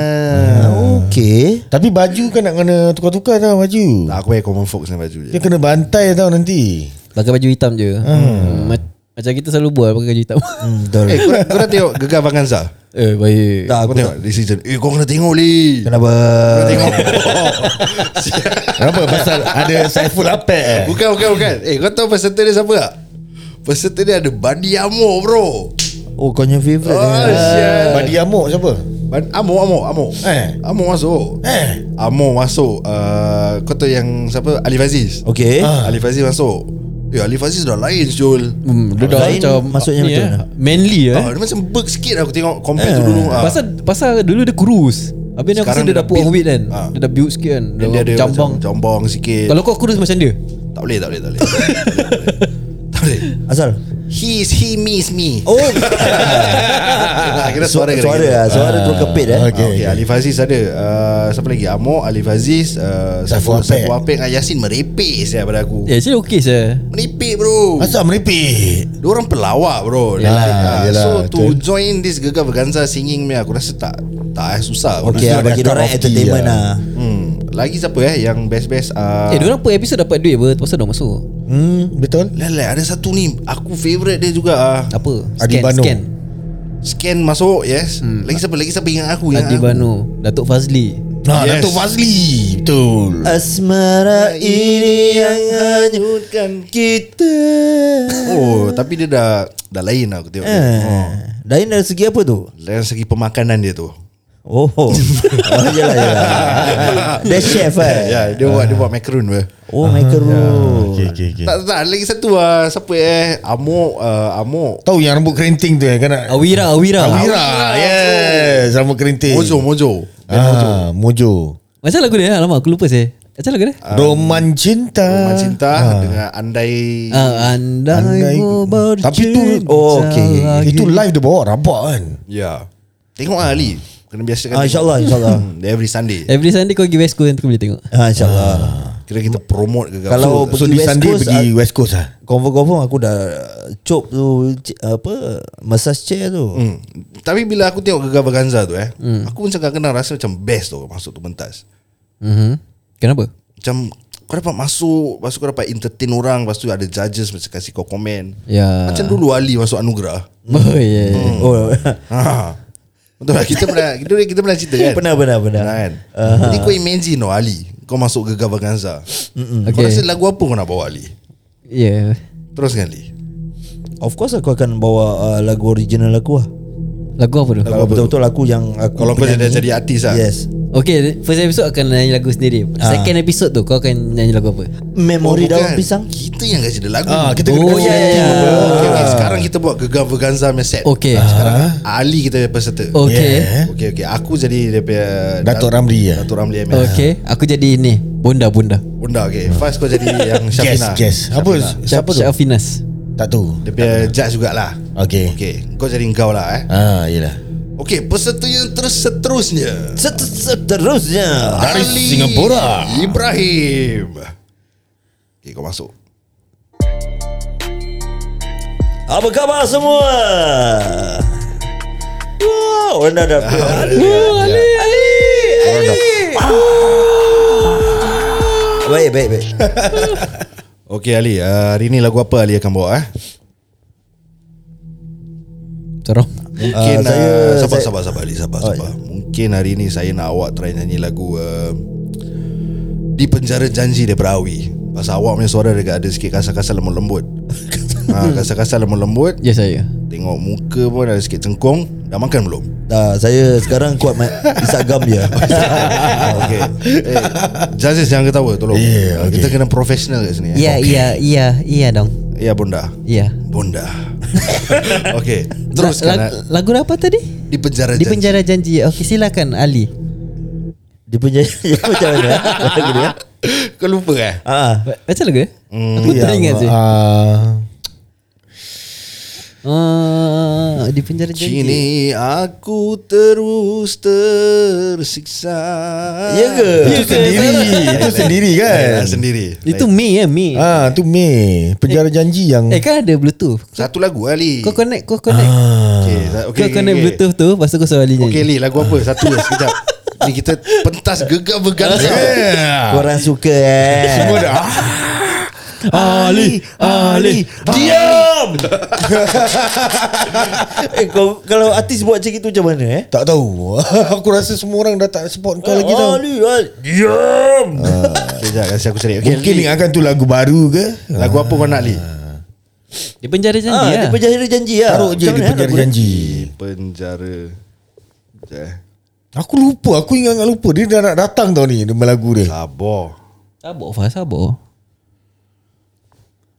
Okay Tapi baju kan nak kena Tukar-tukar tau baju Tak, Aku pakai common folks ni baju je Ya. Dia kena bantai tau nanti Pakai baju hitam je hmm. Ma- Macam kita selalu buat Pakai baju hitam hmm, Betul Eh kau dah, kau dah tengok Gegar Vanganza Ah, Eh baik Tak Aku aku tak tengok This season Eh kau kena tengok Lee Kenapa Tengok Kenapa pasal Ada Saiful Apek eh? Bukan bukan bukan Eh kau tahu peserta dia siapa tak? Peserta dia ada Bandi Amor bro Oh kau punya favourite Oh ah. sial Badi Amok siapa Ban- Amor Amor Amor Eh. Amor masuk Eh Amor masuk uh, Kau tahu yang Siapa Alif Aziz Okay Ah. Alif Aziz masuk Eh Alif Aziz dah lain Syul hmm, Dia dah Lain macam maksudnya ni, macam eh. mana? Manly eh Ah, dia macam berg sikit aku tengok compare tu dulu. Ah. Pasal pasal dulu dia kurus Habis ni aku rasa dia Sekarang dia dah dah put on build. weight kan Ah. Dia dah build sikit kan Dan dia ada Dia jambang Eh, macam jambang sikit. Kalau kau kurus macam dia tak boleh tak boleh tak boleh. tak boleh. Asal He is he miss me. Oh Ah, kira suara kira. Suara kira. ah, Suara tu kepit eh Okay, Okay, okay, okay. Alif Aziz ada uh, Siapa lagi Amor Alif Aziz uh, Saiful Apek. Saiful Apek dengan Yasin merepek saya pada aku Eh actually okay saya Merepek bro Asal meripik Diorang pelawak bro Yalah, Ah, yalah, So to betul. join this Gegar Verganza singing ni Aku rasa tak Tak eh, susah Aku Okay rasa. ah, bagi dah cut orang off key entertainment lah Hmm. Lagi siapa eh Yang best-best uh, Eh diorang per episode dapat duit apa Pasal dah masuk Hmm betul Lelak lah, ada satu ni Aku favourite dia juga ah. Apa Adi Scan Bano. Scan Scan masuk yes hmm. Lagi siapa Lagi siapa ingat aku ingat Adi aku. Bano Datuk Fazli Nah, yes. Ah, Yes. Datuk Fazli Betul ah. Asmara ini yang hanyutkan kita Oh tapi dia dah Dah lain lah aku tengok dia. ah. Lain dari segi apa tu? Dari segi pemakanan dia tu Oh, oh Yalah yalah Dia chef eh Ya dia buat Dia buat macaron weh Oh Ah, ya, my god Okay okay okay tak, tak lagi satu lah Siapa eh Amok uh, Amok Tahu yang rambut kerinting tu eh kan nak- Awira Awira Awira Yes Rambut Eh. kerinting Mojo Mojo ah, Mojo, Mojo. Macam lagu dia Lama aku lupa saya Macam lagu dia Ah. Roman cinta Ah. Rumah Cinta Dengan Andai Ah, andai Andai- ku bercinta Tapi tu- oh, okay. lagi. Itu live dia bawa rabak kan Ya Tengok lah Ali Kena biasakan ah, InsyaAllah InsyaAllah Eh. Hmm, Every Sunday Every Sunday kau pergi West Coast Nanti kau boleh tengok ah, InsyaAllah Kira kita promote ke Kalau- So Pergi di West Sunday Coast, pergi West Coast lah Confirm-confirm aku dah Cop tu c- Apa Massage chair tu Hmm. Tapi bila aku tengok Gegar Vaganza tu eh hmm. Aku macam kadang-kadang rasa macam best tau Masuk tu pentas mm-hmm. Kenapa? Macam kau dapat masuk Lepas tu kau dapat entertain orang Lepas tu ada judges Macam kasih kau komen Ah. Ya Macam dulu Hmm. Ali masuk Anugerah Oh yeah Oh ha. Betul lah kita pernah kita, kita pernah cerita kan Pernah pernah pernah Pernah kan Jadi kau imagine tau Ali Kau masuk Gegar Vaganza okay. Kau Okay. rasa lagu apa kau nak bawa Ali Yeah Teruskan Ali Of course aku akan bawa uh, Lagu original aku lah Lagu apa tu? Kalau betul-betul aku yang aku Kalau kau penyanyi. dah jadi artis lah. Yes Okay First episode akan nyanyi lagu sendiri Second episode tu Kau akan nyanyi lagu apa? Memori Oh, bukan. daun pisang Kita yang kasi dia lagu Ah, Oh, kita ya, kena ya, ya. Okay, okay, sekarang kita buat Gegar Vaganza punya set Okay Sekarang Ali kita punya peserta Okay Ah, Yeah. Eh? Okay okay Aku jadi dia punya Datuk Ramli ya. Datuk Ramli ML Okay Aku jadi ni Bonda Bonda Bunda okay Fast kau jadi yang Guess Syafina guess Apa Siapa Siapa tu? tu Syafinas Tak tahu Dia punya judge jugalah Okay Okay Kau jadi engkau lah eh Ah, yelah. Okey, peserta yang terus seterusnya. Set- Seterusnya Dari Singapura. Ibrahim. Okey, kau masuk. Apa khabar semua? Wah, orang dah dah. Wah, Ali, Ali, Ali. Baik, baik, baik. Okey Ali, uh, hari ni lagu apa Ali akan bawa eh? Terang Mungkin uh, Ah, saya- uh, sabar, saya- sabar sabar Ali, sabar Oh, sabar. Mungkin hari ni saya nak awak try nyanyi lagu uh, Di Penjara Janji daripada Awi. Pasal awak punya suara dekat ada sikit kasar-kasar lembut-lembut. ha, kasar-kasar lembut-lembut. Ya saya Tengok muka pun ada sikit cengkung. Dah makan belum? Dah, Ah, saya sekarang kuat main isak gam je. Ah, Okay. Eh, judges jangan ketawa tolong. Yeah, okay. Kita kena profesional kat sini. eh. iya iya iya ya, dong Ya bonda. Ya Bonda. okay. Teruskan. La- ah. la- Lagu apa tadi? Di penjara Di penjara janji Okey silakan Ali Dia punya dia macam mana? Lagu dia. eh? janji. Kau lupa eh? Ah, Ma- Macam lagu dia? Hmm. Aku teringat je Ah, Ah, Di penjara janji Kini aku terus tersiksa. Ya ke? itu sendiri, itu sendiri kan? Eh, sendiri. Itu Mei ya Mei Ah, tu Mei, penjara janji yang Eh kan ada bluetooth Satu lagu Ali. Kau connect Kau connect Okay, Ah. sa- Kau connect bluetooth tu Lepas tu kau suruh Ali Okay nyanyi Ali lagu apa? Satu je sekejap. Ni kita pentas Ah. gegar berganza. Yeah. korang suka eh. Ah. Semua dah. Ali Ah, Ali Diam. eh, kau kalau artis buat macam itu macam mana eh? Tak tahu. Aku rasa semua orang dah tak support kau lagi tau. Ah, Ali, Ali. Ah, Sekejap kasi aku serik. Okay, Mungkin Ali, ni akan tu lagu baru ke? lagu apa kau nak Ali? Di penjara janji Ah, lah dia penjara janji lah. eh? Taruh je Macam di mana, penjara lagu dia? janji. Penjara. Sekejap, eh. Aku lupa, aku ingat-ingat lupa. Dia dah nak datang tau ni, dia lagu dia. Sabar. Sabar Fah sabar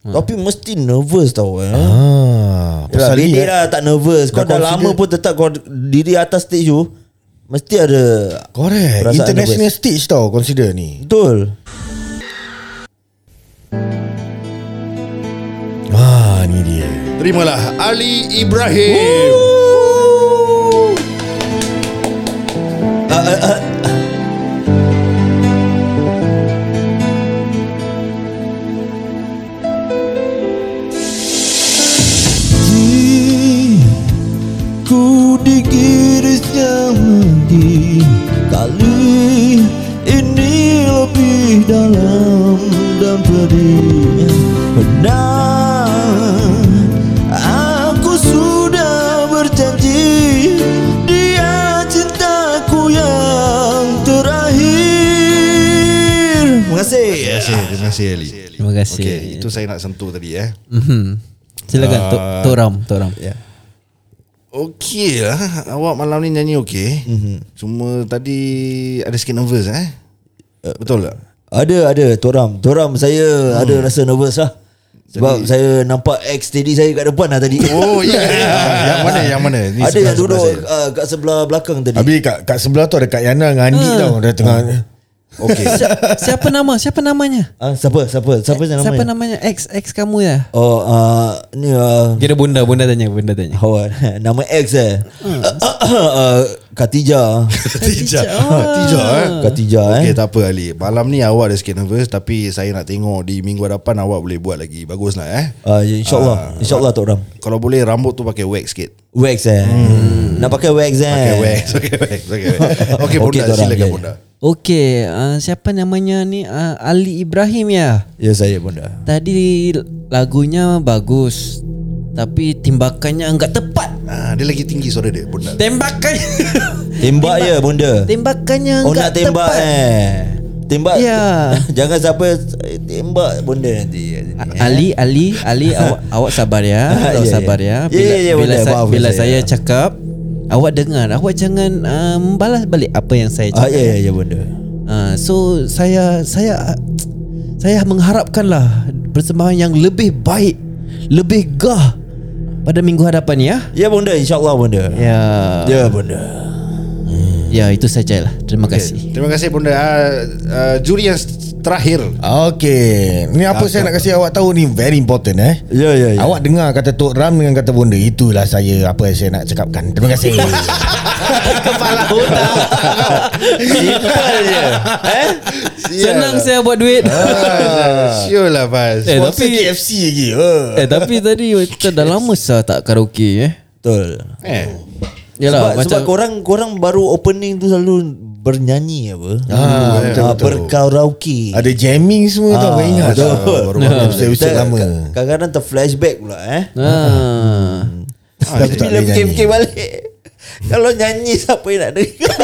Tapi mesti nervous tau eh. Ah, Yelah, pasal Bedek ni. lah tak nervous Kau Dah dah lama confident. pun tetap Kau diri atas stage tu Mesti ada Correct. Perasaan International nervous. stage tau consider ni. Betul Ah, ni dia. Terimalah Ali Ibrahim. Ku digirisnya lagi Kali ini lebih dalam dan pedih Benar Aku sudah berjanji Dia cintaku yang terakhir Terima kasih Terima kasih, terima kasih Ali. Terima kasih. Okey, itu saya nak sentuh tadi eh. Mhm. Silakan Tok Tok Ram Tok Ram Ya Okey lah, awak malam ni nyanyi okey. Mm-hmm. Cuma tadi ada sikit nervous eh. Betul tak? Ada ada toram. Toram saya hmm. ada rasa nervous lah. Sebab Jadi, saya nampak ex tadi saya kat depan lah tadi. Oh ya. Ah, yang mana yang mana? Ni ada sebelah- yang duduk sebelah saya. uh, kat sebelah belakang tadi. Habis kat, kat sebelah tu ada Kak Yana dengan Ah. Andi tau. Dah tengah. Okey. Siapa nama? Siapa namanya? Ah, siapa siapa siapa yang namanya? Eh, Siapa namanya? Ex ex kamu ya? Oh uh, ni uh, Kira bunda, bunda tanya, bunda tanya. Hawan. Nama ex eh. Hmm. Uh, Katija. Tija. Ah. Tija eh. Katija eh. Okey, tak apa Ali. Malam ni awak ada sikit nervous tapi saya nak tengok di minggu hadapan awak boleh buat lagi. Baguslah eh. Uh, InsyaAllah uh, InsyaAllah Tok Ram Kalau boleh rambut tu pakai wax sikit. Wax eh hmm. Nak pakai wax eh Pakai wax, pakai wax, pakai wax. Okey, Okey, bunda Tok Ram, silakan ya, ya. bunda. Okey, uh, siapa namanya ni? Uh, Ali Ibrahim ya. Ya saya bunda Tadi lagunya bagus, tapi timbakannya enggak tepat. Ah, dia lagi tinggi suara dia bunda. Tembakannya, Tembak ya bunda tembakannya Oh enggak nak tembak tepat. eh Tembak Ya. Jangan siapa Tembak benda nanti Ali, Ali, Ali, awak awak sabar ya, Ya, awak ya. sabar ya. Ya, Bila ya, ya, bila, boleh. sa- Maafkan bila saya. saya cakap, awak dengar, awak jangan uh, membalas balik apa yang saya cakap. Ah, ya, ya, ya benda Ah, so saya saya saya mengharapkanlah persembahan yang lebih baik, lebih gah pada minggu hadapan ya. Ya benda insyaAllah benda Ya. Ya benda Ya, itu sajalah. Terima Okay. kasih. Terima kasih bunda. Uh, uh, juri yang s- terakhir. Okay. Ni apa saya nak kasi awak tahu ni very important eh. Ya ya ya Awak dengar kata Tok Ram dengan kata Bonda Itulah saya apa yang saya nak cakapkan Terima kasih Kepala otak Simple je Eh lah. Senang saya buat duit Sure lah Faz Eh, eh, Sponsor tapi- KFC lagi oh. Eh tapi tadi Macam dah lama sah tak karaoke eh Betul Yalah sebab, macam sebab korang korang baru opening tu selalu bernyanyi apa? betul, Ah, ah betul. berkaraoke. Ada jamming semua tau Kau ingat betul. tak? Ah, Baru baru episode-episode Kita lama ka- Kadang-kadang terflashback pula eh. ah. Dah aku tak Bila boleh nyanyi fikir-fikir balik Kalau nyanyi siapa yang nak dengar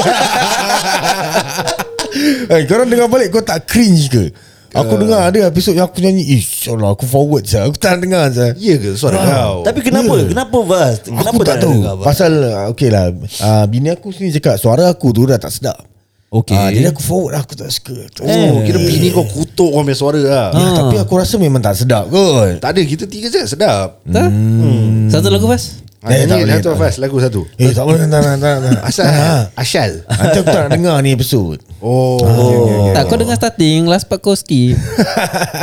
Eh, korang dengar balik kau tak cringe ke? Ya. Aku dengar ada episod yang aku nyanyi Ish Allah aku forward sah Aku tak nak dengar sah Ya ke suara kau Tapi kenapa? Ya. Kenapa Vaz? Kenapa Aku tak nak tahu dengar, Vaz? Pasal ah, Okay lah ah, Bini aku sendiri cakap Suara aku tu dah tak sedap Okay. Ah, Jadi aku forward lah, Aku tak Eh. suka Oh kira bini kau kutuk kau punya suara lah Ya, Tapi aku rasa memang tak sedap kot Tak ada kita tiga je sedap Tak? Hmm. Satu lagu pas Eh, Eh, tak ni boleh, lagu tak Faz Lagu satu Eh tak boleh tak nak, tak nak. Asal Ah, Ashal Nanti aku tak nak dengar ni episod Oh Tak kau dengar starting Last part kau skip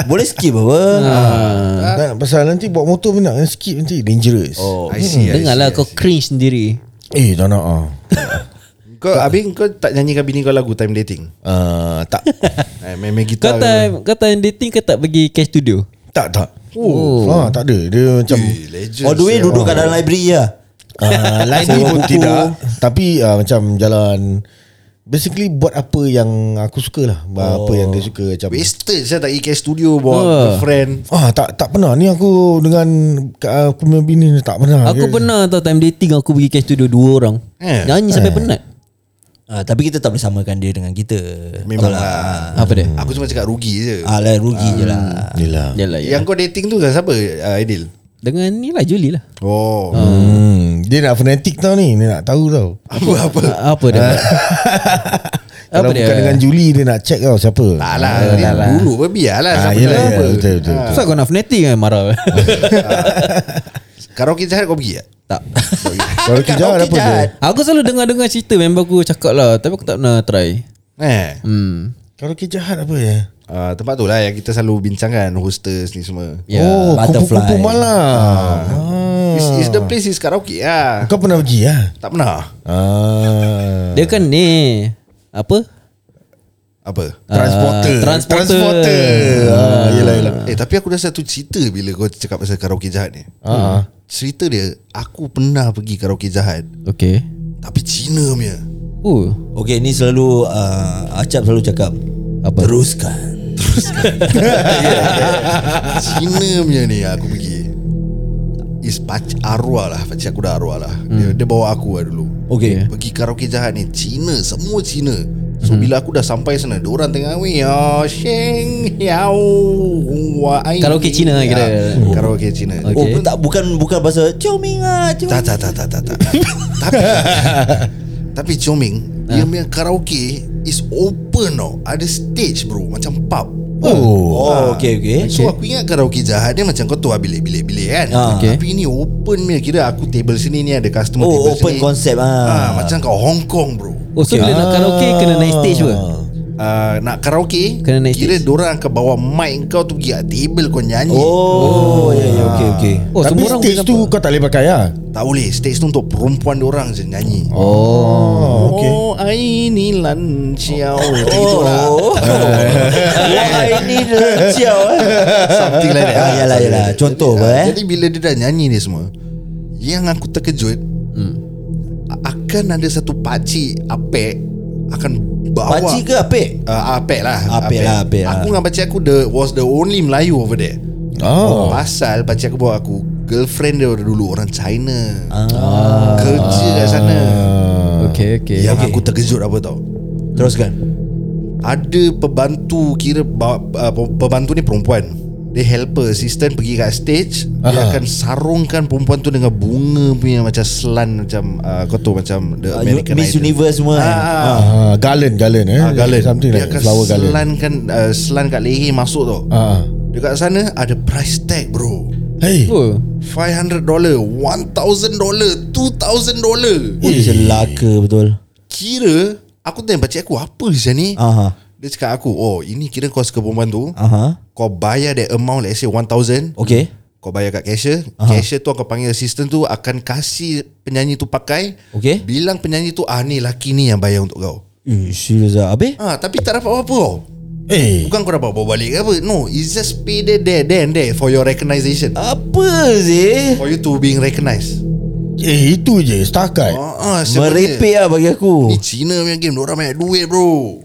Boleh skip apa? Ah, Tak, Pasal nanti buat motor pun nak skip nanti Dangerous Oh, I see, I see. Ha. Dengarlah kau cringe sendiri Eh tak nak ah. Kau habis kau tak nyanyikan bini kau lagu time dating Ah, Tak eh, Main main Kau gitar time Kau time dating ke tak pergi Cash studio Tak tak Oh. Ah, Tak ada Dia macam Eh, Legend All the sia. way duduk kat dalam library lah Ah, Lagi pun tidak Tapi ah, macam jalan Basically buat apa yang aku suka lah oh. Apa yang dia suka macam Wasted saya tak pergi studio Bawa Ah. girlfriend Ah tak tak pernah ni aku dengan ah, aku punya bini ni tak pernah. Aku Dia- pernah tau time dating Aku pergi cash studio dua orang Eh. Nyanyi sampai penat Ah, Tapi kita tak boleh samakan dia dengan kita Memang Betul lah Apa dia? Aku cuma cakap rugi je Ah, lah rugi je lah Yelah. Yalah, Yang eh? yalah. kau dating tu kan siapa uh, Aidil Dengan ni lah Julie lah Oh Hmm, dia nak fanatik tau ni, dia nak tahu tau. Apa apa Ah, Apa dia? Kalau Apa bukan dia? dengan Julie dia nak check tau siapa. Tak lah dia Dulu pun biarlah Ah, yelah, Siapa tahu yelah, apa. betul, betul, Ah. Kenapa kau nak fanatik kan marah Karaoke jahat kau pergi tak? Tak Kalau kita jahat apa tu? Aku selalu dengar-dengar cerita Member aku cakap lah Tapi aku tak pernah try Eh Hmm Kalau kita jahat apa ya? Ah, tempat tu lah yang kita selalu bincangkan Hostess ni semua Ya. Oh, butterfly. kupu-kupu malah. Ah. Is, is the place is karaoke ah. Kau pernah pergi ah? Tak pernah Ah. Dia kan ni Apa? Apa? transporter. Ah, transporter. transporter. Ah, yelah yelah. Eh tapi aku dah satu cerita Bila kau cakap pasal karaoke jahat ni Ah. Cerita dia Aku pernah pergi karaoke jahat Okay Tapi Cina punya Oh Okay ni selalu ah, Acap selalu cakap Apa? Teruskan Cina punya ni aku pergi Is pac arwah lah Pakcik aku dah arwah lah dia, Hmm. dia bawa aku lah dulu Okay. Pergi karaoke jahat ni Cina Semua Cina So Hmm. bila aku dah sampai sana Diorang tengah Wiyo Sheng Yao Wa ai." Karaoke Cina lah kira. Ah, Karaoke Cina Okay. Oh tak bukan bukan bahasa Choming ah Choming Tak tak tak tak tak, tak. Tapi Tapi Choming Ah. Dia punya karaoke Is open tau Ada stage bro Macam pub Oh. Ah. Oh okay okay So aku ingat karaoke jahat ni Macam kau tu lah bilik-bilik-bilik kan Ah. Okay. Tapi ni open punya Kira aku table sini ni Ada customer Oh table open sini concept Ah, ah. Macam kat Hong Kong bro Oh so bila nak karaoke Kena naik stage pun uh, Nak karaoke Kena naik Kira stage. dorang akan bawa mic kau tu Pergi kat table kau nyanyi Oh ya ya Ah. okay okay Oh Tapi semua orang stage boleh tu nampak. kau tak boleh pakai ah. Tak boleh Stage tu untuk perempuan dorang je nyanyi Oh, okay. Oh, aini lan ciao. Macam itulah. Oh, Wah ini lecau Something like that. Ah, Something yalah, yalah. like that. Contoh jadi, apa, ah, eh? Jadi bila dia dah nyanyi ni semua, yang aku terkejut, Hmm. a- akan ada satu pakcik apek akan bawa Pakcik ke apik? Uh, apek lah Apek lah, apek lah. Aku dengan pakcik aku the, Was the only Melayu over there Oh. Pasal pakcik aku bawa aku Girlfriend dia dulu Orang China ah. Kerja kat sana Okay okay Yang aku terkejut apa tau Teruskan ada pembantu Kira bawa, uh, Pembantu ni perempuan Dia helper assistant Pergi kat stage Dia Aha. akan sarungkan Perempuan tu dengan bunga punya Macam selan Macam uh, Kau tahu macam The Ah, American Miss Idol. Universe semua Ah, eh. ah, ah. Ah, garland garland eh. Ah, garland Something Dia like akan flower garland. selankan uh, Selan kat leher masuk tau Ah. Dekat sana Ada price tag bro Hey. Oh $500 $1,000 $2,000 Oh celaka betul Kira Aku tanya pakcik aku Apa sih ni Ah. Aha Dia cakap aku Oh ini kira kau suka perempuan tu Aha Kau bayar that amount Let's say 1000 Okay Kau bayar kat cashier Aha. Cashier tu kau panggil assistant tu Akan kasih penyanyi tu pakai Okey. Bilang penyanyi tu Ah ni laki ni yang bayar untuk kau Eh, serius lah. Habis? Ah, Tapi tak dapat apa-apa kau Eh Bukan kau dapat bawa balik ke apa No It's just pay there there there and there For your recognition Apa sih? For you to being recognised Eh itu je Setakat ah, ah, sebenarnya. Merepek lah bagi aku. Ni Cina punya game Diorang banyak duit bro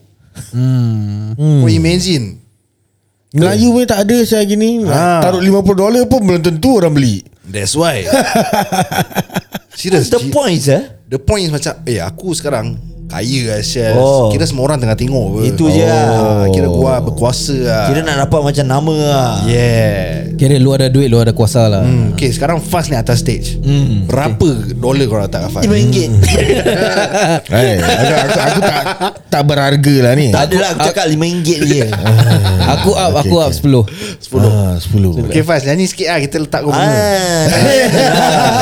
Hmm. Kau imagine Melayu pun tak ada saya gini Ah. Taruh 50 dolar pun belum tentu orang beli That's why Serious That's the Ci- point sah. The point is macam Eh aku sekarang Kaya lah Syaz Oh. oh. Kira semua orang tengah tengok apa. Itu je lah. Ah, Kira gua berkuasa lah Kira nak dapat macam nama lah. Hmm. Yeah Kira lu ada duit Lu ada kuasa lah hmm. Okay sekarang Fast ni atas stage Hmm. Berapa dolar korang letak kat Fast RM5 Hmm. hey, Eh, aku, aku, aku tak Tak berharga lah ni Tak ada lah aku cakap RM5 je Aku up Okay, Aku up 10 10 ah, 10 Okay Fast nyanyi sikit lah Kita letak kau bunga Ah,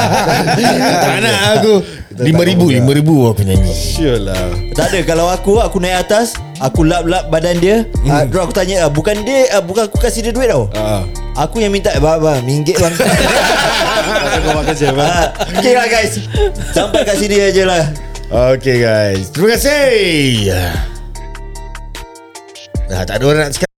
Ah. Tak nak aku 5000 5000 aku nyanyi Sure lah Tak ada kalau aku aku naik atas aku lap-lap badan dia hmm. uh, aku tanya uh, bukan dia uh, bukan aku kasih dia duit tau Ah. aku yang minta bang bang ringgit bang Kau Ah, makan siapa uh, okay lah guys sampai kat sini aje lah Okay guys Terima kasih Ah, Tak ada orang nak cakap